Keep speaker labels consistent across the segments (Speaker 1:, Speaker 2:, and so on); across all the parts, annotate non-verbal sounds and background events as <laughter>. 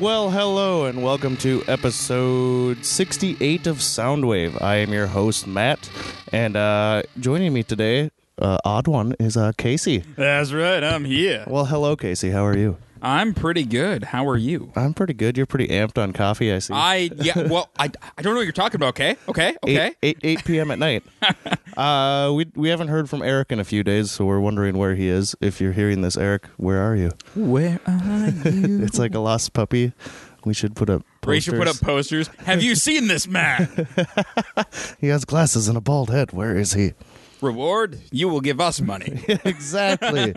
Speaker 1: Well, hello, and welcome to episode 68 of Soundwave. I am your host, Matt, and uh, joining me today, uh, odd one, is uh, Casey.
Speaker 2: That's right. I'm here.
Speaker 1: Well, hello, Casey. How are you?
Speaker 2: I'm pretty good. How are you?
Speaker 1: I'm pretty good. You're pretty amped on coffee, I see.
Speaker 2: I yeah. Well, I I don't know what you're talking about. Okay. Okay. Okay.
Speaker 1: Eight, eight, 8 p.m.
Speaker 2: <laughs>
Speaker 1: at night. uh, we, we haven't heard from Eric in a few days, so we're wondering where he is. If you're hearing this, Eric, where are you?
Speaker 2: Where are <laughs> you?
Speaker 1: It's like a lost puppy. We should put up.
Speaker 2: We should put up
Speaker 1: posters.
Speaker 2: posters. Have you seen this man?
Speaker 1: He has glasses and a bald head. Where is he?
Speaker 2: <laughs> Reward? You will give us money.
Speaker 1: <laughs> exactly.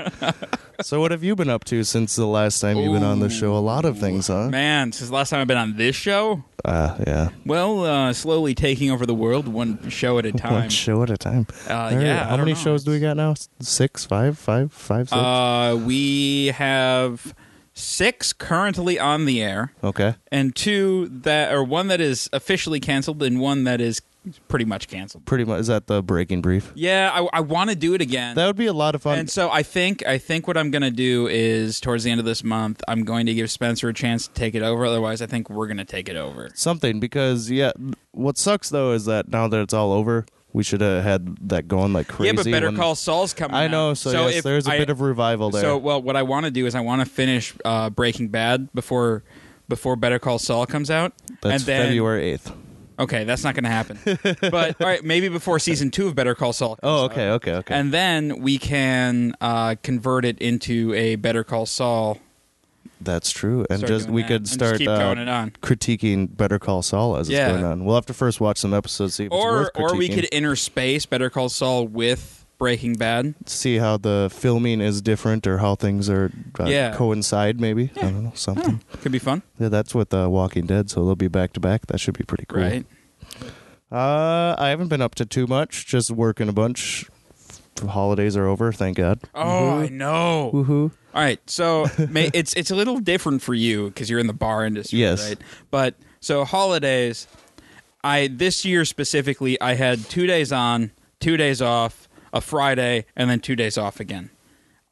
Speaker 1: so, what have you been up to since the last time you've been on the show? A lot of things,
Speaker 2: <laughs>
Speaker 1: huh?
Speaker 2: Man, since the last time I've been on this show,
Speaker 1: Uh, yeah.
Speaker 2: well, uh, slowly taking over the world one show at a
Speaker 1: One
Speaker 2: time.
Speaker 1: show at a time.
Speaker 2: Uh,
Speaker 1: There-
Speaker 2: yeah, I
Speaker 1: How
Speaker 2: don't
Speaker 1: many
Speaker 2: know.
Speaker 1: shows do we got now? S- Six, five, five, five, six.
Speaker 2: Uh, we have six currently on the air.
Speaker 1: okay.
Speaker 2: and two that or one that is officially canceled and one that is pretty much canceled.
Speaker 1: Pretty much. Is that the breaking brief?
Speaker 2: Yeah, I, I want to do it again.
Speaker 1: That would be a lot of fun.
Speaker 2: and so I think I think what I'm going to do is towards the end of this month I'm going to give Spencer a chance to take it over otherwise I think we're going to take it over.
Speaker 1: Something because yeah. What sucks though is that now that it's all over, we should have had that going like crazy.
Speaker 2: yeah, but Better
Speaker 1: when-
Speaker 2: Call Saul's coming
Speaker 1: I
Speaker 2: out.
Speaker 1: know. So, yes,
Speaker 2: if
Speaker 1: there's a
Speaker 2: I-
Speaker 1: bit of revival there.
Speaker 2: So well what I want to do is I want to finish uh, Breaking Bad before before Better Call Saul comes out and
Speaker 1: That's
Speaker 2: then
Speaker 1: February eighth.
Speaker 2: Okay, that's not going to
Speaker 1: <laughs>
Speaker 2: happen. but all right, maybe before season 2 of Better Call Saul. comes
Speaker 1: Oh,
Speaker 2: out.
Speaker 1: okay, okay, okay.
Speaker 2: and then we can uh, convert it into a Better Call Saul.
Speaker 1: That's true. And
Speaker 2: Start
Speaker 1: just
Speaker 2: doing
Speaker 1: we
Speaker 2: that.
Speaker 1: could
Speaker 2: And just
Speaker 1: start
Speaker 2: keep
Speaker 1: uh,
Speaker 2: going it on.
Speaker 1: critiquing Better Call Saul as
Speaker 2: Yeah.
Speaker 1: it's going on. We'll have to first watch some episodes, see if
Speaker 2: Or
Speaker 1: it's worth critiquing.
Speaker 2: or we could interspace Better Call Saul with Breaking Bad.
Speaker 1: see how the filming is different or how things are uh,
Speaker 2: Yeah.
Speaker 1: coincide. Maybe I don't know something.
Speaker 2: Could be fun,
Speaker 1: Yeah, that's with uh, Walking Dead, so they'll be back to back. That should be pretty cool.
Speaker 2: right?
Speaker 1: Uh, I haven't been up to too much. Just working a bunch. The holidays are over, thank God. Mm-hmm.
Speaker 2: Oh, I know.
Speaker 1: Woohoo!
Speaker 2: All right, so <laughs> may, it's it's a little different for you because you're in the bar industry,
Speaker 1: Yes.
Speaker 2: right? But so holidays, I this year specifically, I had two days on, two days off, a Friday, and then two days off again.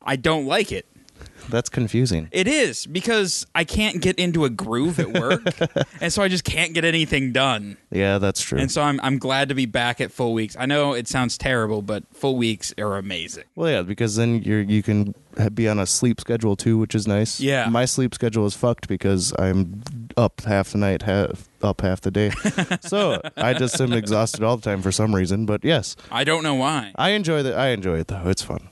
Speaker 2: I don't like it.
Speaker 1: That's confusing.
Speaker 2: It is because I can't get into a groove at work, and so I just can't get anything done.
Speaker 1: Yeah, that's true.
Speaker 2: And so I'm I'm glad to be back at full weeks. I know it sounds terrible, but full weeks are amazing.
Speaker 1: Well, yeah, because then you are you can ha- be on a sleep schedule too, which is nice.
Speaker 2: Yeah.
Speaker 1: my sleep schedule is fucked because I'm up half the night, half up half the
Speaker 2: <laughs>
Speaker 1: day, so I just am exhausted all the time for some reason. But yes,
Speaker 2: I don't know why.
Speaker 1: I enjoy that. I enjoy it though; it's fun.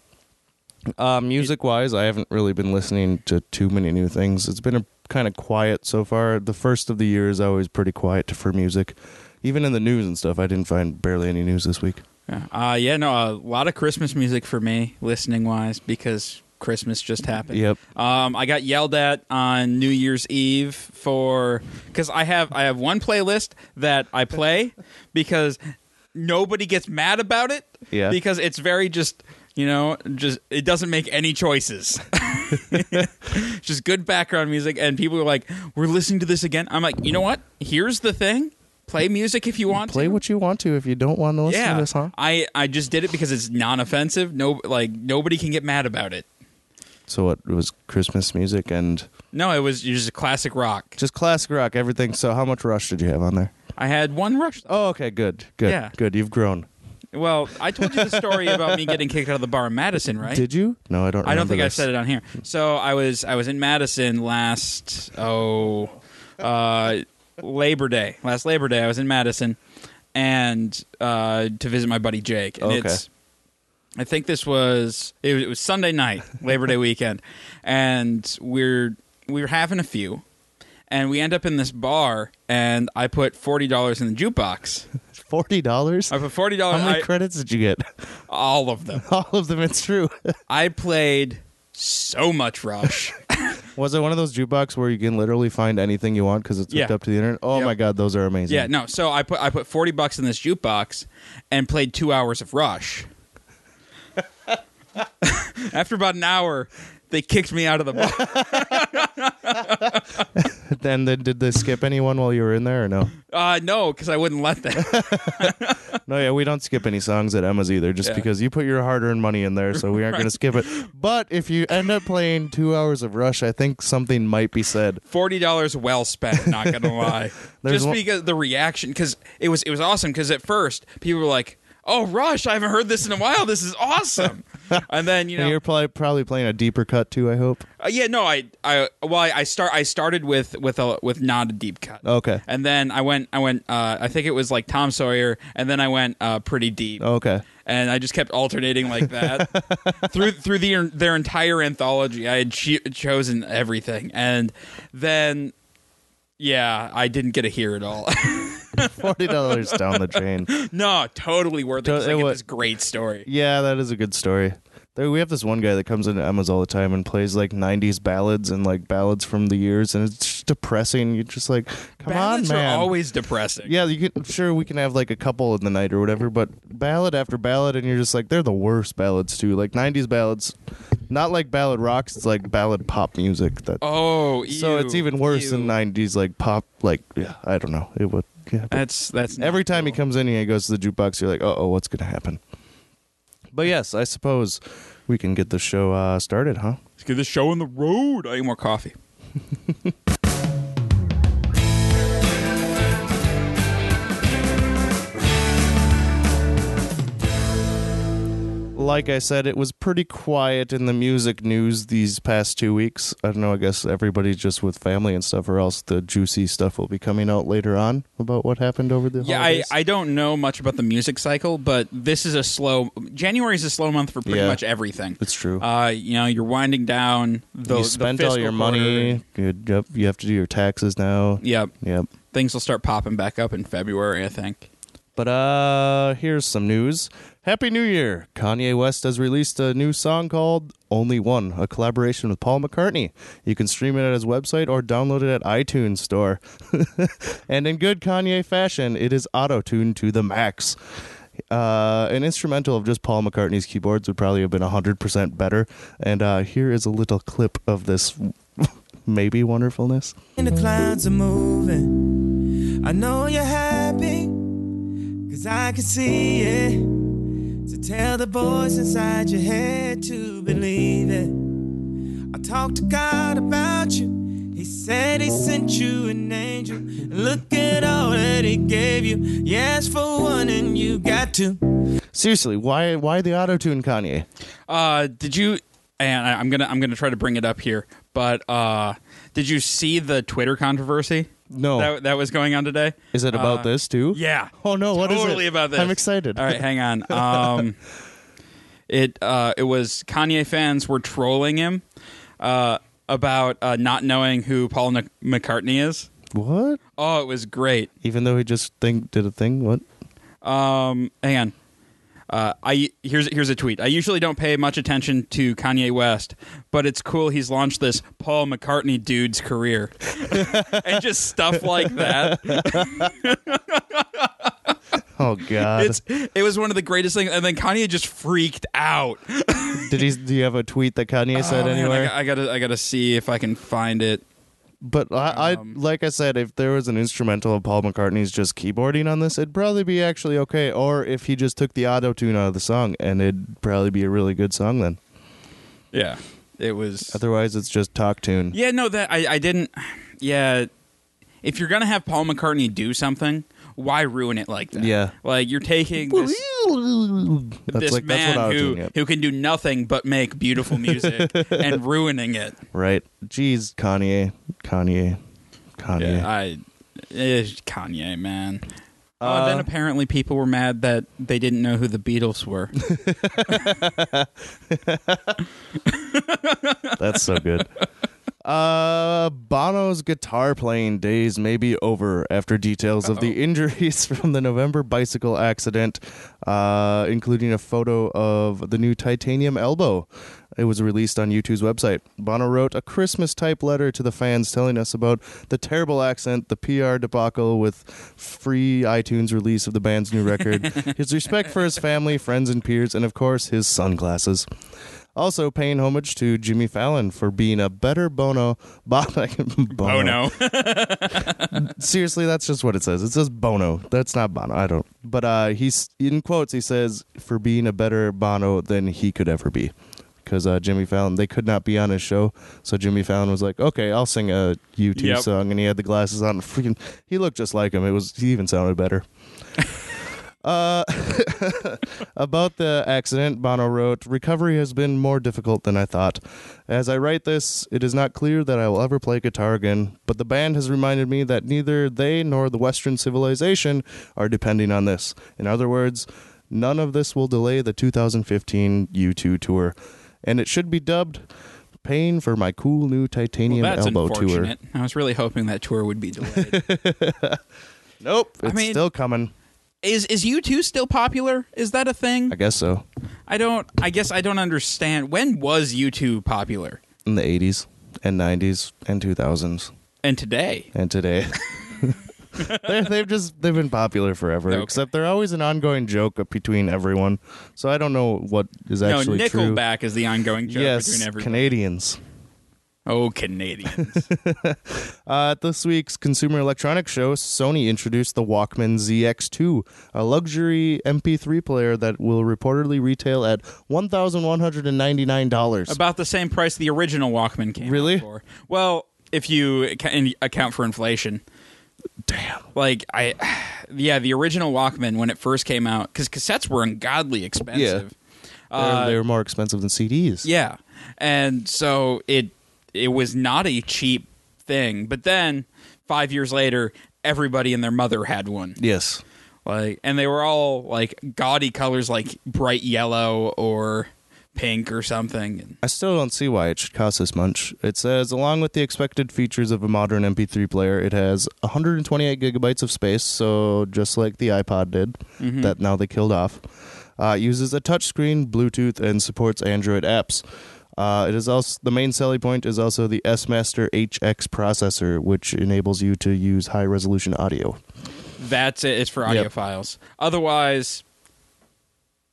Speaker 1: Uh, music wise, I haven't really been listening to too many new things. It's been a kind of quiet so far. The first of the year is always pretty quiet for music, even in the news and stuff. I didn't find barely any news this week.
Speaker 2: Uh, yeah, no, a lot of Christmas music for me, listening wise, because Christmas just happened.
Speaker 1: Yep.
Speaker 2: Um, I got yelled at on New Year's Eve for because I have I have one playlist that I
Speaker 1: <laughs>
Speaker 2: play because nobody gets mad about it.
Speaker 1: Yeah.
Speaker 2: Because it's very just you know just it doesn't make any
Speaker 1: <laughs>
Speaker 2: choices. <laughs> just good background music, and people are like, "We're listening to this again." I'm like, you know what? Here's the thing: play music if you want.
Speaker 1: Play
Speaker 2: to
Speaker 1: what you want to if you don't want to listen
Speaker 2: yeah,
Speaker 1: to this, huh?
Speaker 2: I I just did it because it's non-offensive. No, like nobody can get mad about it.
Speaker 1: So what, it was Christmas music and
Speaker 2: No, it was just a classic rock.
Speaker 1: just classic rock, everything. So how much Rush did you have on there?
Speaker 2: I had one rush.
Speaker 1: Oh, okay, good, good,
Speaker 2: Yeah.
Speaker 1: good. You've grown.
Speaker 2: Well, I told you the story about me getting kicked out of the bar in Madison, right?
Speaker 1: Did you? No, I don't.
Speaker 2: I don't
Speaker 1: remember
Speaker 2: think I
Speaker 1: this.
Speaker 2: said it on here. So I was I was in Madison last oh uh, Labor Day last Labor Day I was in Madison and uh, to visit my buddy Jake and
Speaker 1: Okay.
Speaker 2: it's I think this was it, was it was Sunday night Labor Day weekend and we're we were having a few and we end up in this bar and I put forty dollars in the jukebox
Speaker 1: Forty dollars.
Speaker 2: I
Speaker 1: How
Speaker 2: put forty
Speaker 1: many
Speaker 2: dollars
Speaker 1: credits did you get? <laughs>
Speaker 2: all of them
Speaker 1: All of them. It's true. <laughs>
Speaker 2: I played so much Rush.
Speaker 1: was it one of those jukebox where you can literally find anything you want because it's hooked
Speaker 2: Yeah.
Speaker 1: up to the internet? Oh
Speaker 2: Yep.
Speaker 1: my god, those are amazing.
Speaker 2: Yeah, no. So I put I put forty bucks in this jukebox and played two hours of Rush. <laughs>
Speaker 1: <laughs>
Speaker 2: After about an hour, they kicked me out of the bar.
Speaker 1: <laughs> then then did they skip anyone while you were in there
Speaker 2: <laughs>
Speaker 1: or no?
Speaker 2: Uh, no, because I wouldn't let them.
Speaker 1: No, yeah, we don't skip any songs at Emma's either, just
Speaker 2: Yeah.
Speaker 1: because you put your hard-earned money in there, so we aren't going to skip it. But if you end up playing two hours of Rush, I think something might be said.
Speaker 2: Forty dollars well spent. Not
Speaker 1: <laughs>
Speaker 2: gonna lie,
Speaker 1: There's
Speaker 2: just
Speaker 1: one-
Speaker 2: because the reaction, because it was it was awesome. Because at first people were like, "Oh, Rush! I haven't heard this in a while. This is awesome." and then
Speaker 1: <laughs>
Speaker 2: you know,
Speaker 1: You're probably probably playing a deeper cut too. I hope.
Speaker 2: Uh, yeah, no, I, I, well, I, I start, I started with with a with not a deep cut.
Speaker 1: Okay.
Speaker 2: and then I went, I went, uh, I think it was like Tom Sawyer, and then I went uh, pretty deep,
Speaker 1: Okay.
Speaker 2: and I just kept alternating like
Speaker 1: <laughs>
Speaker 2: that through through the their entire anthology. I had cho- chosen everything, and then, yeah, I didn't get a hear at all. <laughs>
Speaker 1: Forty dollars down the drain.
Speaker 2: no, totally worth it. 'cause
Speaker 1: To-
Speaker 2: I
Speaker 1: it
Speaker 2: get
Speaker 1: wa-
Speaker 2: this great story.
Speaker 1: Yeah, that is a good story. There, we have this one guy that comes into Emma's all the time and plays like '90s ballads and like ballads from the years, and it's just depressing. You're just like, come
Speaker 2: Ballads
Speaker 1: on,
Speaker 2: are
Speaker 1: man.
Speaker 2: always depressing.
Speaker 1: yeah, you can. Sure, we can have like a couple in the night or whatever, but ballad after ballad, and you're just like, they're the worst ballads too. Like '90s ballads, not like ballad rocks. It's like ballad pop music. That
Speaker 2: Oh,
Speaker 1: so
Speaker 2: ew,
Speaker 1: it's even worse
Speaker 2: ew.
Speaker 1: than '90s like pop. Like yeah, I don't know. It would. Yeah, but-
Speaker 2: That's that's not
Speaker 1: Every time
Speaker 2: cool.
Speaker 1: he comes in and he goes to the jukebox, you're like, uh oh, what's going to happen? But yes, I suppose we can get the show uh, started, huh?
Speaker 2: Let's get this show on the road. I need more coffee.
Speaker 1: Like I said, it was pretty quiet in the music news these past two weeks. I don't know, I guess everybody's just with family and stuff, or else the juicy stuff will be coming out later on about what happened over the
Speaker 2: Yeah, I,
Speaker 1: holidays.
Speaker 2: I don't know much about the music cycle, but this is a slow. January is a slow month for pretty
Speaker 1: Yeah.
Speaker 2: much everything.
Speaker 1: It's true.
Speaker 2: Uh, you know, you're winding down. The,
Speaker 1: you
Speaker 2: the
Speaker 1: spent all
Speaker 2: fiscal
Speaker 1: your
Speaker 2: quarter.
Speaker 1: money. You, yep, you have to do your taxes now.
Speaker 2: Yep,
Speaker 1: Yep.
Speaker 2: things will start popping back up in February, I think.
Speaker 1: But uh here's some news. Happy New Year. Kanye West has released a new song called Only One, a collaboration with Paul McCartney. You can stream it at his website or download it at iTunes store. <laughs> and in good Kanye fashion, it is auto-tuned to the max. Uh, an instrumental of just Paul McCartney's keyboards would probably have been 100% better. And uh, here is a little clip of this <laughs> maybe wonderfulness.
Speaker 3: And the clouds are moving. I know you're happy, cause I can see it. So tell the voice inside your head to believe it. I talked to God about you. He said he sent you an angel. Look at all that he gave you. You asked for one and you got two.
Speaker 1: Seriously, why why the auto-tune Kanye?
Speaker 2: Uh, did you? And I, I'm gonna I'm gonna try to bring it up here, but uh, did you see the Twitter controversy
Speaker 1: No. is
Speaker 2: that that was going on today?
Speaker 1: it about
Speaker 2: uh,
Speaker 1: this too?
Speaker 2: Yeah.
Speaker 1: Oh no! What is it?
Speaker 2: totally about this.
Speaker 1: I'm excited.
Speaker 2: All right, hang on.
Speaker 1: <laughs>
Speaker 2: Um, it uh, it was Kanye fans were trolling him uh, about uh, not knowing who Paul N- McCartney is.
Speaker 1: What?
Speaker 2: Oh, it was great.
Speaker 1: Even though he just think did a thing. What?
Speaker 2: Um, hang on. Uh, I here's here's a tweet. I usually don't pay much attention to Kanye West, but it's cool he's launched this Paul McCartney dude's career, <laughs> and just stuff like
Speaker 1: <laughs>
Speaker 2: that.
Speaker 1: Oh God!
Speaker 2: It's it was one of the greatest things. And then Kanye just freaked out.
Speaker 1: did he? Do you have a tweet that Kanye said
Speaker 2: Oh, man,
Speaker 1: anywhere?
Speaker 2: I, got, I gotta I gotta see if I can find it.
Speaker 1: but I, I,
Speaker 2: um,
Speaker 1: like I said, if there was an instrumental of Paul McCartney's just keyboarding on this, it'd probably be actually okay. Or if he just took the auto tune out of the song, and it'd probably be a really good song then.
Speaker 2: Yeah, it was.
Speaker 1: Otherwise, it's just talk tune.
Speaker 2: Yeah, no, that I I didn't. Yeah, if you're gonna have Paul McCartney do something, why ruin it like that?
Speaker 1: Yeah.
Speaker 2: like you're taking this.
Speaker 1: That's
Speaker 2: this
Speaker 1: like that's
Speaker 2: man
Speaker 1: what auto
Speaker 2: who,
Speaker 1: tune. Yep.
Speaker 2: who can do nothing but make beautiful
Speaker 1: <laughs>
Speaker 2: music and ruining it.
Speaker 1: Right? Jeez, Kanye, Kanye, Kanye.
Speaker 2: I eh, Kanye man. oh,
Speaker 1: Uh,
Speaker 2: then apparently people were mad that they didn't know who the Beatles
Speaker 1: <laughs>
Speaker 2: were.
Speaker 1: That's so good. Uh, Bono's guitar playing days may be over after details of the injuries <laughs> from the November bicycle accident, uh, including a photo of the new titanium elbow. It was released on U2's website. Bono wrote a Christmas type letter to the fans telling us about the terrible accident, the PR debacle with free iTunes release of the band's new record, his respect for his family, friends, and peers, and of course, his sunglasses. Also, paying homage to Jimmy Fallon for being a better Bono. <laughs> Bo- Bono.
Speaker 2: Oh no.
Speaker 1: Seriously, that's just what it says. It says Bono. That's not Bono. I don't. But uh, he's in quotes. He says for being a better Bono than he could ever be, because uh, Jimmy Fallon they could not be on his show, so Jimmy Fallon was like, "Okay, I'll sing a U2
Speaker 2: Yep.
Speaker 1: song," and he had the glasses on. Freaking, he looked just like him. It was he even sounded better. Uh, about the accident, Bono wrote, Recovery has been more difficult than I thought. As I write this, it is not clear that I will ever play guitar again, but the band has reminded me that neither they nor the Western civilization are depending on this. In other words, none of this will delay the 2015 U2 tour, and it should be dubbed Paying for My Cool New
Speaker 2: Well, <laughs>
Speaker 1: Titanium
Speaker 2: that's
Speaker 1: Elbow Tour.
Speaker 2: unfortunate. I was really hoping that tour would be delayed.
Speaker 1: Nope, it's
Speaker 2: mean-
Speaker 1: still coming.
Speaker 2: is is U two still popular? Is that a thing?
Speaker 1: I guess so.
Speaker 2: I don't. I guess I don't understand. When was U two popular?
Speaker 1: In the 80s and 90s and 2000s.
Speaker 2: And today,
Speaker 1: and today. <laughs> They're- they've just they've been popular forever.
Speaker 2: Okay.
Speaker 1: Except they're always an ongoing joke between everyone. So I don't know what is actually
Speaker 2: no.
Speaker 1: true.
Speaker 2: Nickelback is the ongoing joke
Speaker 1: yes,
Speaker 2: between everyone.
Speaker 1: Canadians.
Speaker 2: oh, Canadians.
Speaker 1: Uh, at this week's Consumer Electronics Show, Sony introduced the Walkman ZX2, a luxury MP3 player that will reportedly retail at one thousand one hundred and ninety nine dollars.
Speaker 2: About the same price the original Walkman came. out
Speaker 1: Really?
Speaker 2: For. Well, if you ac- account for inflation.
Speaker 1: Damn.
Speaker 2: like I, <sighs> yeah, the original Walkman when it first came out, because cassettes were ungodly expensive.
Speaker 1: They're,
Speaker 2: Uh,
Speaker 1: they're more expensive than CDs.
Speaker 2: yeah, and so it it was not a cheap thing. But then five years later, everybody and their mother had one.
Speaker 1: Yes.
Speaker 2: Like, and they were all like gaudy colors, like bright yellow or pink or something. And
Speaker 1: I still don't see why it should cost this much. It says, along with the expected features of a modern MP3 player, it has 128 gigabytes of space, so just like the iPod did, that now they killed off. Uh, it uses a touchscreen, Bluetooth, and supports Android apps. Uh, it is also the main selling point is also the S Master HX processor, which enables you to use high resolution audio.
Speaker 2: that's it. It's for audio
Speaker 1: Yep.
Speaker 2: files. Otherwise.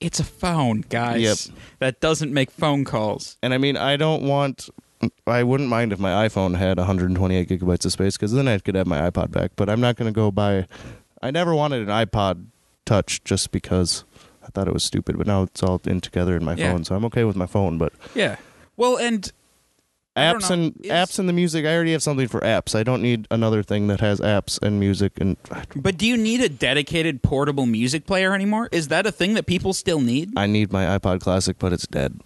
Speaker 2: It's a phone, guys.
Speaker 1: Yep.
Speaker 2: That doesn't make phone calls.
Speaker 1: And I mean, I don't want. I wouldn't mind if my iPhone had 128 gigabytes of space because then I could have my iPod back. But I'm not going to go buy. I never wanted an iPod Touch just because I thought it was stupid. But now it's all in together in my
Speaker 2: Yeah.
Speaker 1: phone, so I'm okay with my phone. But
Speaker 2: Yeah. Well, and I don't
Speaker 1: apps
Speaker 2: know,
Speaker 1: and
Speaker 2: is-
Speaker 1: apps and the music, I already have something for apps. I don't need another thing that has apps and music. And
Speaker 2: But do you need a dedicated portable music player anymore? Is that a thing that people still need?
Speaker 1: I need my iPod Classic, but it's dead.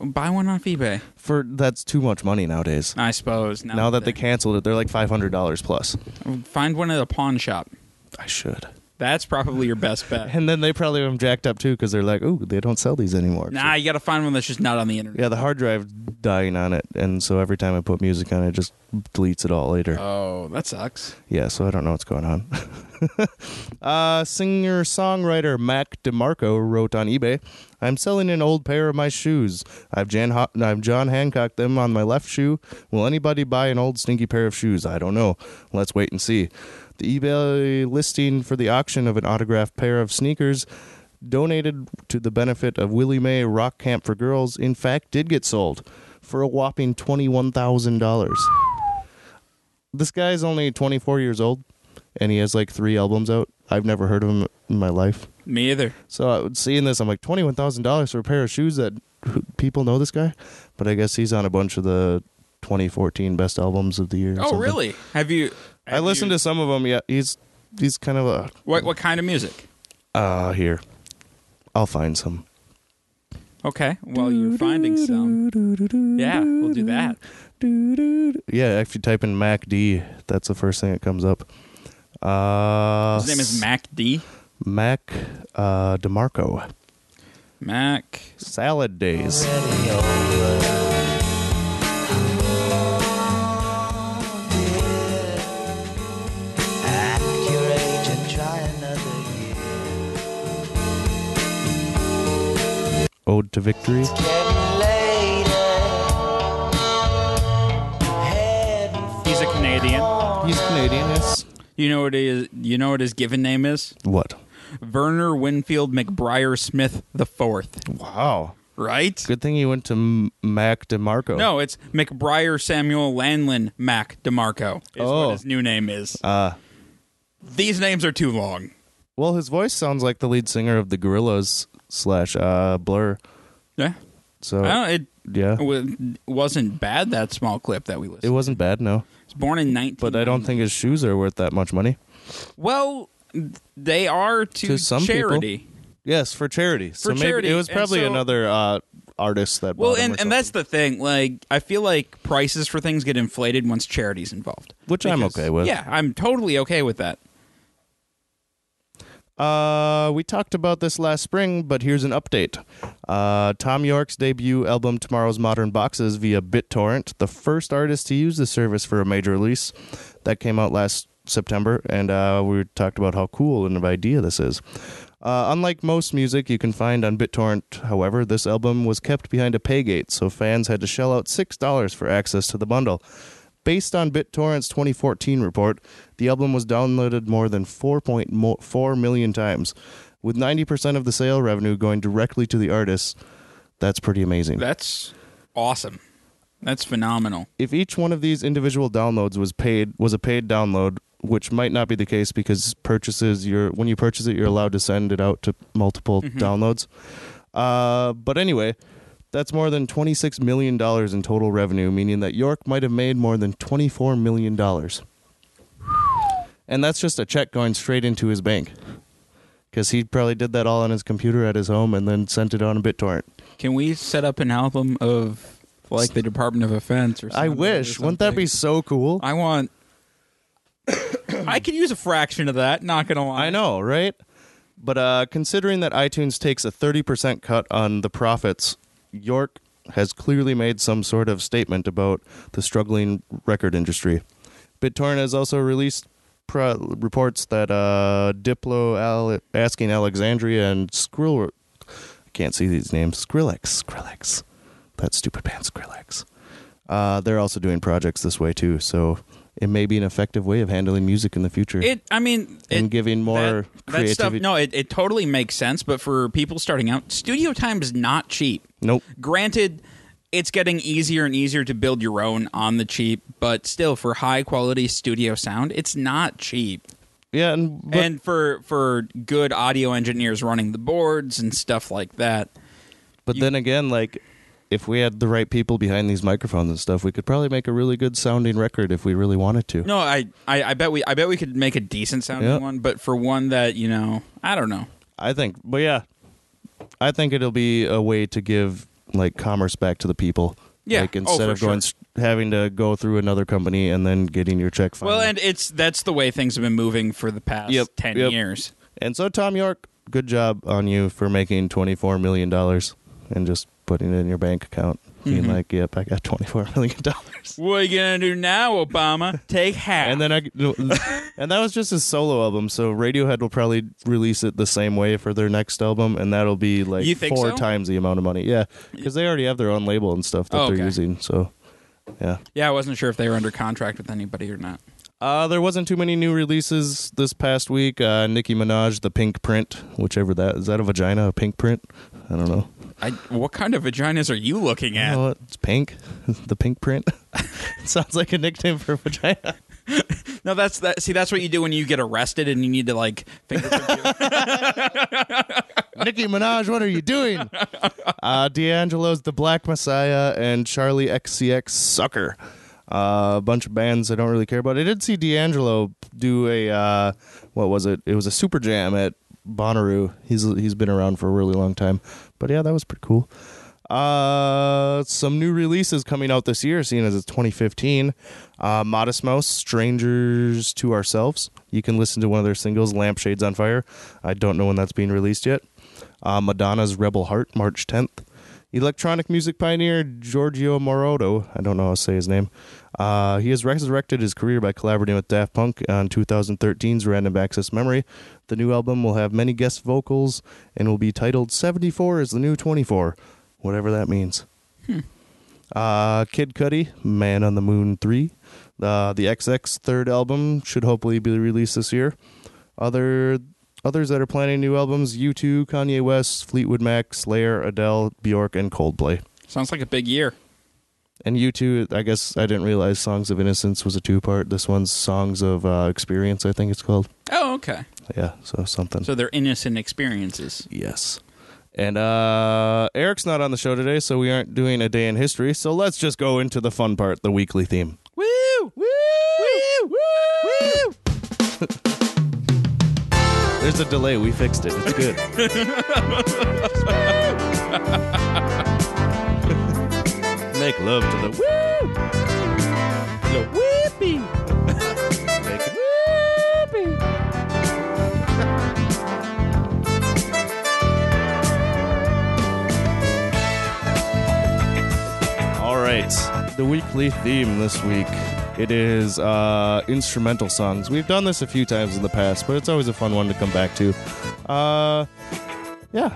Speaker 2: Buy one off eBay,
Speaker 1: For that's too much money nowadays.
Speaker 2: I suppose. Now,
Speaker 1: now that they canceled it, they're like $500 plus.
Speaker 2: find one at a pawn shop.
Speaker 1: I should.
Speaker 2: That's probably your best
Speaker 1: <laughs>
Speaker 2: bet.
Speaker 1: And then they probably have them jacked up too because they're like, ooh, they don't sell these anymore.
Speaker 2: nah, you got to find one that's just not on the internet.
Speaker 1: Yeah, the hard drive dying on it, and so every time I put music on, it it just deletes it all later.
Speaker 2: Oh, that sucks.
Speaker 1: yeah, so I don't know what's going on. <laughs> uh, Singer songwriter Mac DeMarco wrote on eBay, "I'm selling an old pair of my shoes. I've Jan, Ho- I've John Hancock them on my left shoe. Will anybody buy an old stinky pair of shoes? I don't know. Let's wait and see." The eBay listing for the auction of an autographed pair of sneakers donated to the benefit of Willie Mae Rock Camp for Girls, in fact, did get sold for a whopping twenty-one thousand dollars. This guy's only twenty-four years old, and he has like three albums out. I've never heard of him in my life.
Speaker 2: Me either.
Speaker 1: So I was seeing this, I'm like twenty-one thousand dollars for a pair of shoes that who- people know this guy, but I guess he's on a bunch of the 2014 best albums of the year. or
Speaker 2: Oh,
Speaker 1: something.
Speaker 2: really? Have you?
Speaker 1: I listened to some of them. Yeah, he's he's kind of a
Speaker 2: what? What kind of music?
Speaker 1: uh here. I'll find some.
Speaker 2: Okay. Well, you're finding some. Yeah, we'll do that.
Speaker 1: Yeah, if you type in Mac D, that's the first thing that comes up. Uh,
Speaker 2: His name is Mac D.
Speaker 1: Mac uh, DeMarco.
Speaker 2: Mac.
Speaker 1: Salad Days.
Speaker 4: Act your age and try another year.
Speaker 1: Ode to Victory.
Speaker 4: Getting later. Heading
Speaker 2: He's a Canadian.
Speaker 1: He's Canadian, yes.
Speaker 2: You know what his you know what his given name is?
Speaker 1: What?
Speaker 2: Werner Winfield McBriar Smith the fourth.
Speaker 1: Wow.
Speaker 2: right?
Speaker 1: Good thing you went to M- Mac DeMarco.
Speaker 2: No, it's McBriar Samuel Lanlin Mac DeMarco is
Speaker 1: Oh.
Speaker 2: what his new name is. Uh, These names are too long.
Speaker 1: Well, his voice sounds like the lead singer of the Gorillas slash uh, Blur.
Speaker 2: Yeah.
Speaker 1: So
Speaker 2: I don't,
Speaker 1: yeah,
Speaker 2: it wa- wasn't bad, that small clip that we
Speaker 1: it
Speaker 2: listened
Speaker 1: wasn't bad. No,
Speaker 2: It was born in 19...
Speaker 1: but I don't think his shoes are worth that much money.
Speaker 2: Well, they are to,
Speaker 1: To some people.
Speaker 2: charity.
Speaker 1: Yes, for charity. so maybe
Speaker 2: charity,
Speaker 1: it was
Speaker 2: and
Speaker 1: probably
Speaker 2: so-
Speaker 1: another uh, artist that.
Speaker 2: Well,
Speaker 1: bought 'em or
Speaker 2: and, and that's the thing. Like, I feel like prices for things get inflated once charity's involved,
Speaker 1: Which I'm okay with.
Speaker 2: Yeah, I'm totally okay with that.
Speaker 1: Uh, we talked about this last spring, but here's an update. Uh, Tom York's debut album, Tomorrow's Modern Boxes, via BitTorrent, the first artist to use the service for a major release. That came out last September, and uh, we talked about how cool an idea this is. Uh, unlike most music you can find on BitTorrent, however, this album was kept behind a pay gate, so fans had to shell out $6 for access to the bundle. Based on BitTorrent's 2014 report, the album was downloaded more than 4.4 million times, with 90% of the sale revenue going directly to the artists. That's pretty amazing.
Speaker 2: That's awesome. That's phenomenal.
Speaker 1: if each one of these individual downloads was paid was a paid download, which might not be the case because purchases you're when you purchase it, you're allowed to send it out to multiple downloads. Uh, but anyway, that's more than 26 million dollars in total revenue, meaning that York might have made more than 24 million dollars. And that's just a check going straight into his bank. Because he probably did that all on his computer at his home and then sent it on a BitTorrent.
Speaker 2: Can we set up an album of like the Department of Offense or something?
Speaker 1: I wish. Wouldn't that be so cool?
Speaker 2: I want. <coughs> I could use a fraction of that. Not gonna lie.
Speaker 1: I know, right? But uh, considering that iTunes takes a 30% cut on the profits, York has clearly made some sort of statement about the struggling record industry. BitTorrent has also released pro- reports that uh, Diplo, Ale- Asking Alexandria, and Skrill. I can't see these names. Skrillex. Skrillex. That stupid band, Skrillex. Uh, they're also doing projects this way, too. So it may be an effective way of handling music in the future
Speaker 2: It. I mean, it,
Speaker 1: and giving more
Speaker 2: that, that stuff.
Speaker 1: creativity.
Speaker 2: No, it, it totally makes sense. But for people starting out, studio time is not cheap.
Speaker 1: Nope.
Speaker 2: Granted, it's getting easier and easier to build your own on the cheap, but still, for high quality studio sound, it's not cheap.
Speaker 1: Yeah, and, but,
Speaker 2: and for for good audio engineers running the boards and stuff like that,
Speaker 1: but then again, like if we had the right people behind these microphones and stuff, we could probably make a really good sounding record if we really wanted to.
Speaker 2: No, I, I, I bet we I bet we could make a decent sounding
Speaker 1: Yeah.
Speaker 2: one, but for one that, you know, I don't know.
Speaker 1: I think, but yeah, I think it'll be a way to give like commerce back to the people.
Speaker 2: Yeah.
Speaker 1: like
Speaker 2: Oh,
Speaker 1: instead
Speaker 2: for
Speaker 1: of going
Speaker 2: sure.
Speaker 1: s- having to go through another company and then getting your check. Finally.
Speaker 2: Well, and it's that's the way things have been moving for the past
Speaker 1: Yep,
Speaker 2: 10
Speaker 1: yep.
Speaker 2: years.
Speaker 1: and so Tom York, good job on you for making twenty four million dollars and just putting it in your bank account.
Speaker 2: Mm-hmm.
Speaker 1: Being like, yep, I got twenty four million dollars.
Speaker 2: What are you going to do now, Obama? <laughs> Take half.
Speaker 1: and then I no, and that was just his solo album. So Radiohead will probably release it the same way for their next album, and that'll be like
Speaker 2: You think
Speaker 1: four
Speaker 2: so?
Speaker 1: times the amount of money. Yeah, because they already have their own label and stuff that
Speaker 2: Oh,
Speaker 1: they're
Speaker 2: okay.
Speaker 1: using. So yeah,
Speaker 2: yeah, I wasn't sure if they were under contract with anybody or not.
Speaker 1: uh, there wasn't too many new releases this past week. Uh, Nicki Minaj, The Pink Print, whichever that is that a vagina, a pink print? I don't know.
Speaker 2: I, what kind of vaginas are you looking
Speaker 1: You
Speaker 2: at?
Speaker 1: know what? It's pink, <laughs> the pink print. <laughs> it sounds like a nickname for
Speaker 2: <laughs>
Speaker 1: a vagina.
Speaker 2: No, that's that. See, that's what you do when you get arrested and you need to like fingerprint.
Speaker 1: <laughs>
Speaker 2: your-
Speaker 1: Nicki Minaj, what are you doing? Uh, D'Angelo's The Black Messiah and Charlie XCX Sucker. Uh, a bunch of bands I don't really care about. I did see D'Angelo do a uh, what was it? It was a super jam at Bonnaroo. He's he's been around for a really long time, but yeah, that was pretty cool. Uh, some new releases coming out this year, seeing as it's 2015. Uh, Modest Mouse, Strangers to Ourselves. You can listen to one of their singles, Lampshades on Fire. I don't know when that's being released yet. Uh, Madonna's Rebel Heart, March 10th. Electronic music pioneer Giorgio Moroder, I don't know how to say his name, uh, he has resurrected his career by collaborating with Daft Punk on 2013's Random Access Memory. The new album will have many guest vocals and will be titled 74 is the New 24, whatever that means. Uh, Kid Cudi, Man on the Moon 3. Uh, the XX third album should hopefully be released this year. Other Others that are planning new albums U2, Kanye West, Fleetwood Mac, Slayer, Adele, Bjork, and Coldplay.
Speaker 2: Sounds like a big year.
Speaker 1: And U2, I guess I didn't realize Songs of Innocence was a two part. This one's Songs of uh, Experience, I think it's called.
Speaker 2: Oh, okay.
Speaker 1: Yeah, so something.
Speaker 2: So they're innocent experiences.
Speaker 1: yes. And uh, Eric's not on the show today, so we aren't doing a day in history. So let's just go into the fun part, the weekly theme.
Speaker 2: Woo! Woo! Woo! Woo!
Speaker 1: <laughs> There's a delay. We fixed it. It's
Speaker 2: <laughs>
Speaker 1: good. Make love to the woo. The whippy. <laughs> Make it whippy. All right. The weekly theme this week. It is uh, instrumental songs. We've done this a few times in the past, but it's always a fun one to come back to. Uh, yeah,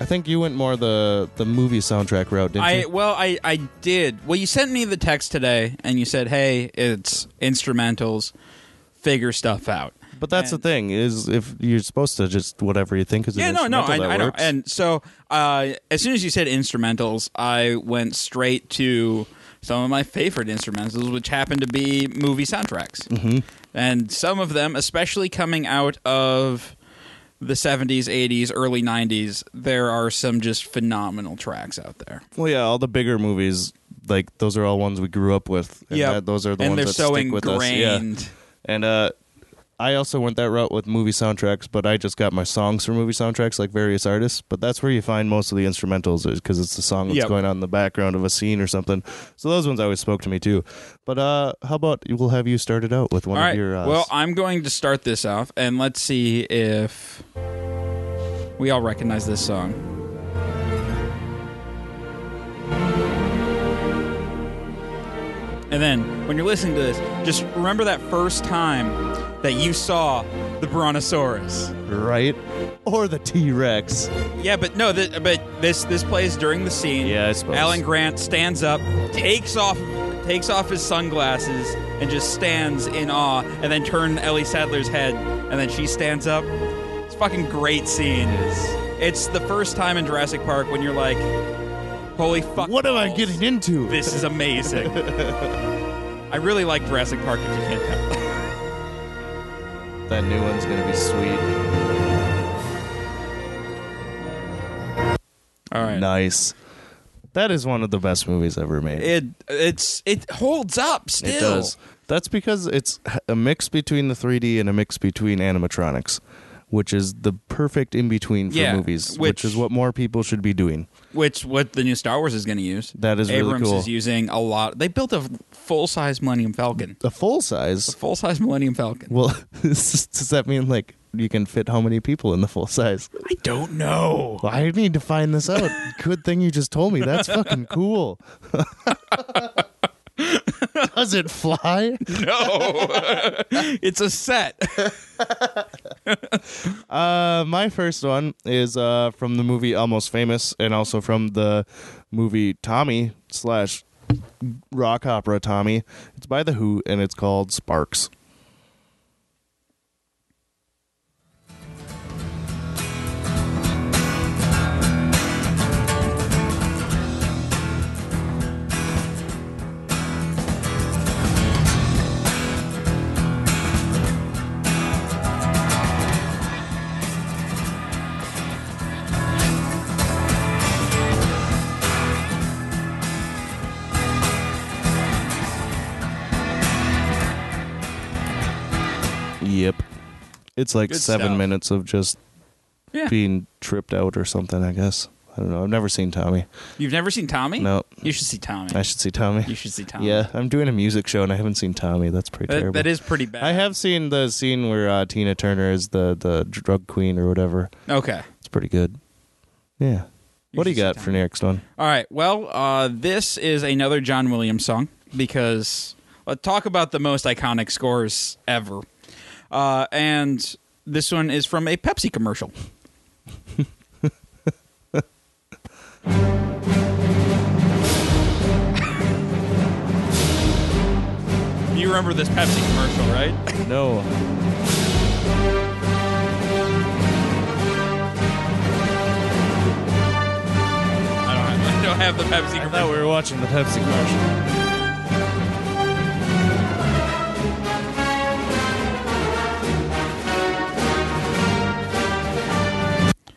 Speaker 1: I think you went more the the movie soundtrack route, didn't
Speaker 2: I
Speaker 1: you?
Speaker 2: well, I I did. Well, you sent me the text today, and you said, "Hey, it's instrumentals. Figure stuff out."
Speaker 1: But that's
Speaker 2: and-
Speaker 1: the thing is, if you're supposed to just whatever you think is
Speaker 2: yeah,
Speaker 1: an
Speaker 2: no, no, I,
Speaker 1: instrumental,
Speaker 2: I
Speaker 1: that
Speaker 2: know.
Speaker 1: works.
Speaker 2: And so, uh, as soon as you said instrumentals, I went straight to some of my favorite instrumentals, which happen to be movie soundtracks, mm-hmm. and some of them, especially coming out of the 70s, 80s, early 90s, there are some just phenomenal tracks out there.
Speaker 1: well, yeah, all the bigger movies, like those are all ones we grew up with. and
Speaker 2: Yeah.
Speaker 1: that- those are the
Speaker 2: and
Speaker 1: ones
Speaker 2: they're
Speaker 1: that
Speaker 2: so
Speaker 1: stick with us. Yeah,
Speaker 2: ingrained.
Speaker 1: and uh, I also went that route with movie soundtracks, but I just got my songs from movie soundtracks, like various artists. But that's where you find most of the instrumentals, because it's the song that's
Speaker 2: Yep.
Speaker 1: going on in the background of a scene or something. So those ones always spoke to me too. But uh, how about we'll have you start it out with one
Speaker 2: All right.
Speaker 1: of your uh,
Speaker 2: well, I'm going to start this off, and let's see if we all recognize this song. And then, when you're listening to this, just remember that first time that you saw the Brontosaurus.
Speaker 1: right or the T Rex.
Speaker 2: Yeah, but no, th- but this this plays during the scene.
Speaker 1: Yeah, I suppose.
Speaker 2: Alan Grant stands up, takes off takes off his sunglasses, and just stands in awe, and then turn Ellie Sadler's head, and then she stands up. It's a fucking great scene. It's the first time in Jurassic Park when you're like, holy fuck.
Speaker 1: What am I
Speaker 2: balls.
Speaker 1: getting into?
Speaker 2: This is amazing.
Speaker 1: <laughs>
Speaker 2: I really like Jurassic Park if you can't tell.
Speaker 1: That new one's gonna be sweet.
Speaker 2: All right.
Speaker 1: Nice. That is one of the best movies ever made.
Speaker 2: It it's it holds up still.
Speaker 1: It does. That's because it's a mix between the 3D and a mix between animatronics, which is the perfect in between for
Speaker 2: Yeah,
Speaker 1: movies,
Speaker 2: which-
Speaker 1: which is what more people should be doing.
Speaker 2: which what the new Star Wars is going to use.
Speaker 1: That is really
Speaker 2: Abrams
Speaker 1: cool.
Speaker 2: is using a lot. They built a full size Millennium Falcon.
Speaker 1: The full size.
Speaker 2: Full size Millennium Falcon.
Speaker 1: Well, <laughs> does that mean like you can fit how many people in the full size?
Speaker 2: I don't
Speaker 1: <laughs>
Speaker 2: know.
Speaker 1: Well, I need to find this out. Good thing you just told me. That's fucking cool. <laughs> Does it fly?
Speaker 2: No, <laughs> it's a set.
Speaker 1: Uh, my first one is uh, from the movie Almost Famous, and also from the movie Tommy slash rock opera Tommy. It's by the Who, and it's called Sparks. Yep, it's like
Speaker 2: Good
Speaker 1: seven
Speaker 2: stuff.
Speaker 1: minutes of
Speaker 2: <laughs>
Speaker 1: just
Speaker 2: Yeah.
Speaker 1: being tripped out or something. I guess I don't know. I've never seen Tommy.
Speaker 2: You've never seen Tommy?
Speaker 1: No.
Speaker 2: You should see Tommy.
Speaker 1: I should see Tommy.
Speaker 2: You should see Tommy.
Speaker 1: Yeah, I'm doing a music show and I haven't seen Tommy. That's pretty
Speaker 2: That,
Speaker 1: terrible.
Speaker 2: that is pretty bad.
Speaker 1: I have seen the scene where uh, Tina Turner is the the drug queen or whatever.
Speaker 2: Okay.
Speaker 1: It's pretty good. Yeah. what do you
Speaker 2: should
Speaker 1: got
Speaker 2: sit
Speaker 1: for next one?
Speaker 2: All right. Well, uh, this is another John Williams song because uh, talk about the most iconic scores ever. Uh, and this one is from a Pepsi commercial. <laughs> you remember this Pepsi commercial, right?
Speaker 1: No.
Speaker 2: don't have the Pepsi
Speaker 1: I thought
Speaker 2: commercial.
Speaker 1: we were watching the Pepsi commercial.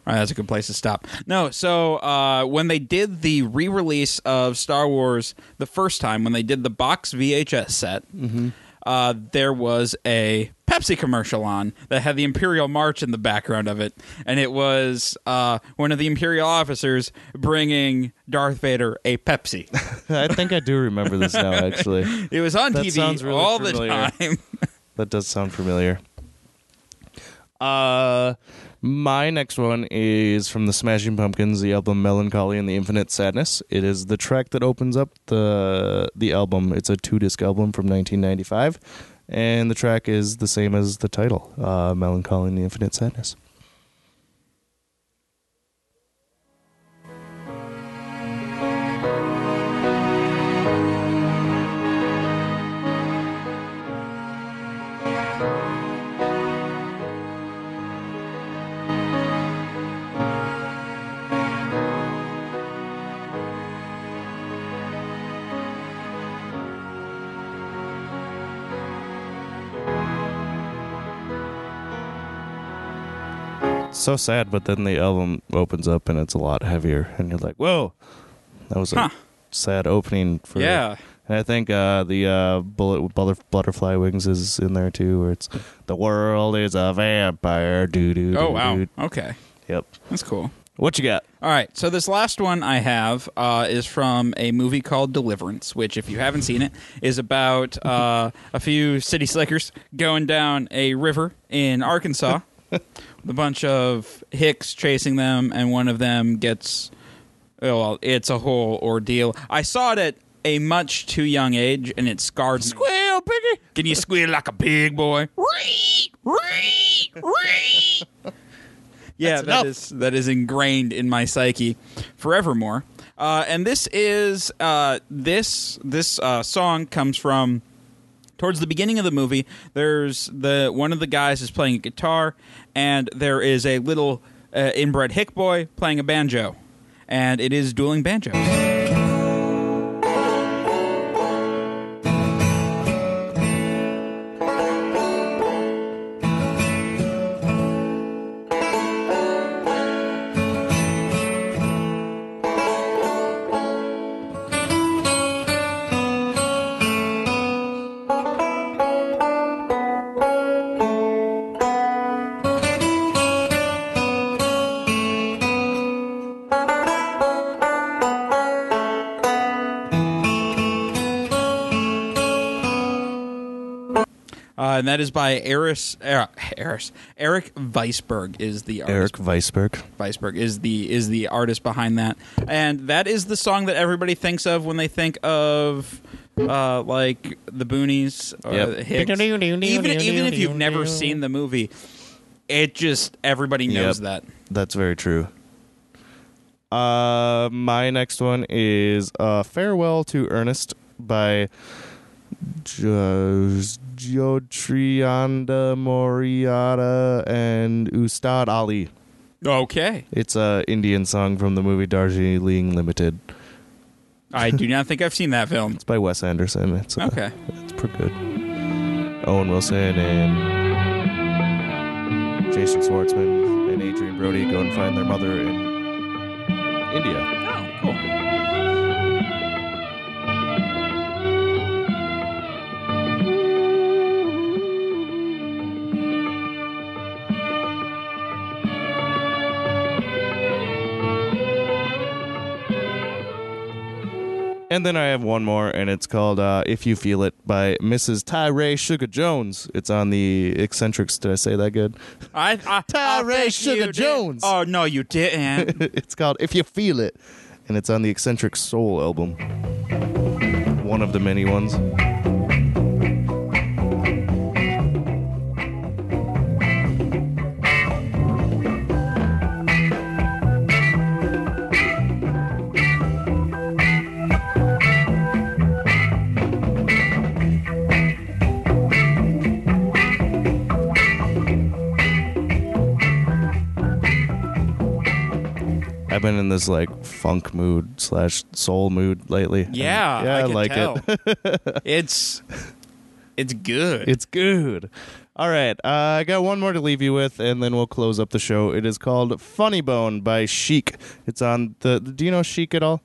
Speaker 2: All right, that's a good place to stop. No, so uh, when they did the re-release of Star Wars the first time, when they did the box VHS set,
Speaker 1: Mm-hmm.
Speaker 2: uh, there was a Pepsi commercial on that had the Imperial March in the background of it, and it was uh, one of the Imperial officers bringing Darth Vader a Pepsi.
Speaker 1: <laughs> I think I do remember this <laughs> now. Actually,
Speaker 2: It was on
Speaker 1: <laughs> That
Speaker 2: TV
Speaker 1: sounds really
Speaker 2: all
Speaker 1: familiar.
Speaker 2: the time. <laughs>
Speaker 1: that does sound familiar. Uh, my next one is from the Smashing Pumpkins, the album "Melancholy and the Infinite Sadness." It is the track that opens up the the album. It's a two disc album from 1995, and the track is the same as the title, uh, "Melancholy and the Infinite Sadness." so sad, but then the album opens up and it's a lot heavier, and you're like, "Whoa, that was
Speaker 2: Huh.
Speaker 1: a sad opening." For
Speaker 2: Yeah.
Speaker 1: and I think uh, the uh, bullet with butter, butterfly wings is in there too, where it's the world is a vampire. Doo doo.
Speaker 2: Oh
Speaker 1: doo,
Speaker 2: wow.
Speaker 1: doo."
Speaker 2: Okay,
Speaker 1: Yep.
Speaker 2: that's cool.
Speaker 1: What you got?
Speaker 2: All right, so this last one I have uh, is from a movie called Deliverance, which, if you haven't seen it, is about <laughs> uh, a few city slickers going down a river in Arkansas with a bunch of hicks chasing them, and one of them gets. oh, Well, it's a whole ordeal. I saw it at a much too young age, and it scarred me.
Speaker 1: Well, piggy.
Speaker 2: Can you squeal like a big boy? Ree, ree, ree. yeah, that
Speaker 1: enough.
Speaker 2: is that is ingrained in my psyche forevermore. Uh, and this is uh, this this uh, song comes from towards the beginning of the movie. There's the one of the guys is playing a guitar, and there is a little uh, inbred hick boy playing a banjo, and it is dueling banjos. Uh, and that is by Eris, er, Eris, Eric Weisberg is the artist.
Speaker 1: Eric Weisberg.
Speaker 2: Weisberg is the is the artist behind that, and that is the song that everybody thinks of when they think of uh, like the Boonies. Or
Speaker 1: Yep.
Speaker 2: the Hicks. Even even if you've never seen the movie, it just everybody knows
Speaker 1: Yep.
Speaker 2: that.
Speaker 1: That's very true. Uh, my next one is uh, "Farewell to Ernest" by Jo- Jotrianda Moriata and Ustad Ali.
Speaker 2: Okay,
Speaker 1: It's a Indian song from the movie Darjeeling Limited.
Speaker 2: I do not think I've seen that film.
Speaker 1: It's by Wes Anderson. It's uh,
Speaker 2: Okay.
Speaker 1: It's pretty good. Owen Wilson and Jason Schwartzman and Adrian Brody go and find their mother in India.
Speaker 2: Oh, cool.
Speaker 1: And then I have one more, and it's called uh, "If You Feel It" by Mrs. Tyree Sugar Jones. It's on the Eccentrics. Did I say that good? <laughs>
Speaker 2: I, I, I
Speaker 1: Ray
Speaker 2: think
Speaker 1: Sugar
Speaker 2: you did-
Speaker 1: Jones.
Speaker 2: Oh no, you
Speaker 1: <laughs>
Speaker 2: didn't.
Speaker 1: it's called "If You Feel It," and it's on the Eccentric Soul album. One of the many ones. I been in this like funk mood slash soul mood lately. And,
Speaker 2: Yeah,
Speaker 1: yeah, I,
Speaker 2: can
Speaker 1: like
Speaker 2: tell.
Speaker 1: it. <laughs>
Speaker 2: it's it's good.
Speaker 1: it's good. All right, uh, I got one more to leave you with, and then we'll close up the show. It is called Funny Bone by Chic. It's on the. Do you know Chic at all?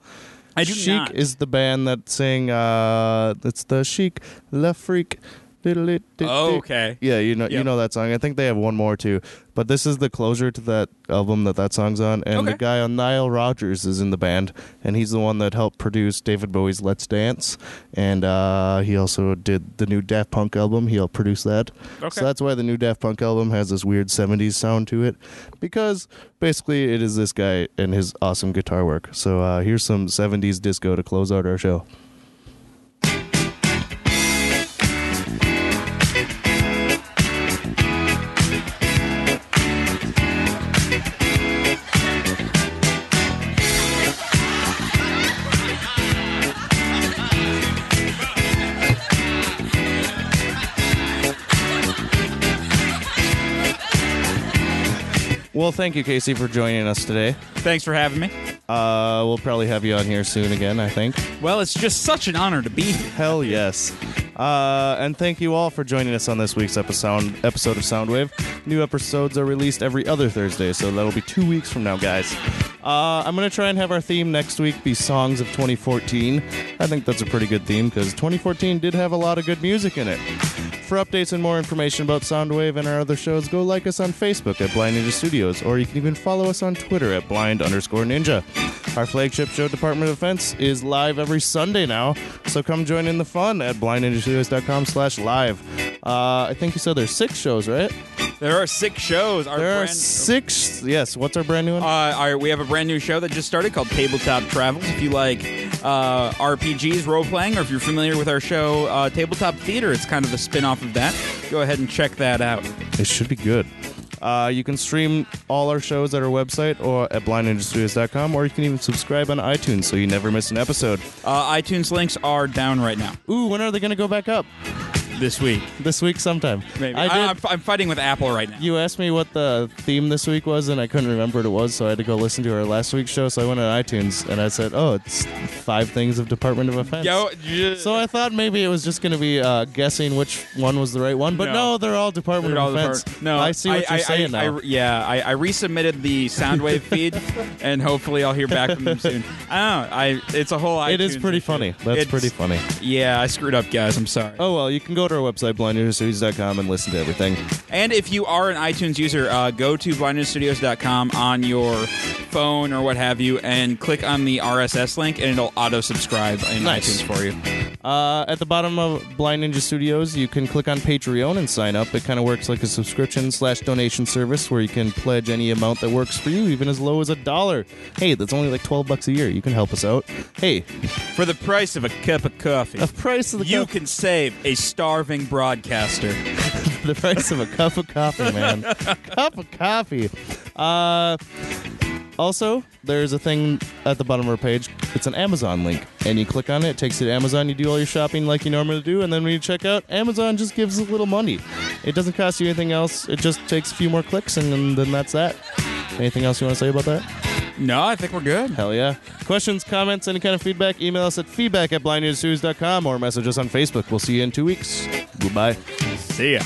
Speaker 2: I do
Speaker 1: Chic
Speaker 2: not.
Speaker 1: is the band that sing. Uh, it's the Chic, La Freak. diddle it, dick,
Speaker 2: Oh,
Speaker 1: dick.
Speaker 2: okay.
Speaker 1: Yeah, you know you
Speaker 2: Yep.
Speaker 1: know that song. I think they have one more too, but this is the closure to that album that that song's on. And the
Speaker 2: Okay.
Speaker 1: guy on Nile Rodgers is in the band, and he's the one that helped produce David Bowie's "Let's Dance," and uh, he also did the new Daft Punk album. He helped produce that,
Speaker 2: Okay.
Speaker 1: so that's why the new Daft Punk album has this weird '70s sound to it, because basically it is this guy and his awesome guitar work. So uh, here's some '70s disco to close out our show. Well, thank you, Casey, for joining us today.
Speaker 2: Thanks for having me.
Speaker 1: Uh, we'll probably have you on here soon again, I think.
Speaker 2: Well, it's just such an honor to be here.
Speaker 1: Hell yes. Uh, and thank you all for joining us on this week's episode, episode of Soundwave. New episodes are released every other Thursday, so that'll be two weeks from now, guys. Uh, I'm going to try and have our theme next week be Songs of 2014. I think that's a pretty good theme because 2014 did have a lot of good music in it. For updates and more information about Soundwave and our other shows, go like us on Facebook at Blind Ninja Studios, or you can even follow us on Twitter at blind underscore ninja. Our flagship show, Department of Defense, is live every Sunday now, so come join in the fun at blindninjastudios.com slash live. Uh, I think you said there's six shows, right?
Speaker 2: There are six shows. Our
Speaker 1: There are
Speaker 2: brand-
Speaker 1: six. Yes, what's our brand new one?
Speaker 2: Uh, our, we have a brand new show that just started called Tabletop Travels. If you like uh, RPGs, role playing, or if you're familiar with our show uh, Tabletop Theater, it's kind of a spin off of that. Go ahead and check that out.
Speaker 1: It should be good. Uh, you can stream all our shows at our website or at blindninjastudios.com, or you can even subscribe on iTunes so you never miss an episode.
Speaker 2: Uh, iTunes links are down right now
Speaker 1: Ooh, when are they going to go back up?
Speaker 2: this week.
Speaker 1: This week sometime.
Speaker 2: Maybe
Speaker 1: I
Speaker 2: I
Speaker 1: did-
Speaker 2: am I'm fighting with Apple right now.
Speaker 1: You asked me what the theme this week was, and I couldn't remember what it was, so I had to go listen to our last week's show. So I went on iTunes and I said, "Oh, it's five things of Department of Offense."
Speaker 2: Yo, yeah.
Speaker 1: So I thought maybe it was just going to be uh, guessing which one was the right one, but no,
Speaker 2: No.
Speaker 1: they're all Department
Speaker 2: Weird Al
Speaker 1: of Defense.
Speaker 2: Depart- No,
Speaker 1: I see what
Speaker 2: I,
Speaker 1: you're saying
Speaker 2: I,
Speaker 1: now.
Speaker 2: I- yeah, I, I resubmitted the
Speaker 1: <laughs>
Speaker 2: Soundwave feed, and hopefully I'll hear back from them soon. I don't know. I it's a whole.
Speaker 1: it is
Speaker 2: iTunes
Speaker 1: pretty
Speaker 2: issue.
Speaker 1: funny. That's
Speaker 2: It's-
Speaker 1: pretty funny.
Speaker 2: Yeah, I screwed up, guys. I'm sorry.
Speaker 1: Oh well, you can go to our website blindnewsstudios.com and listen to everything.
Speaker 2: And if you are an iTunes user, uh, go to blindnewsstudios.com on your phone or what have you, and click on the RSS link, and it'll auto subscribe in
Speaker 1: Nice.
Speaker 2: iTunes for you.
Speaker 1: Uh, at the bottom of Blind Ninja Studios, you can click on Patreon and sign up. It kind of works like a subscription slash donation service where you can pledge any amount that works for you, even as low as a dollar. Hey, that's only like twelve bucks a year. You can help us out. Hey,
Speaker 2: For the price of a cup of coffee,
Speaker 1: the price of the
Speaker 2: you
Speaker 1: cup,
Speaker 2: can save a starving broadcaster.
Speaker 1: the price of a cup of coffee, man. cup of coffee. Uh, also, there's a thing at the bottom of our page. It's an Amazon link, and you click on it. It takes you to Amazon. You do all your shopping like you normally do, and then when you check out, Amazon just gives a little money. It doesn't cost you anything else. It just takes a few more clicks, and then, then that's that. Anything else you want to say about that?
Speaker 2: No, I think we're good.
Speaker 1: Hell yeah. Questions, comments, any kind of feedback, email us at feedback at blindnewsnews.com or message us on Facebook. We'll see you in two weeks. Goodbye.
Speaker 2: See ya.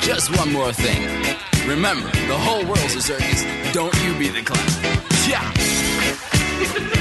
Speaker 5: Just one more thing. Remember, the whole world's a circus. Don't you be the clown. Yeah.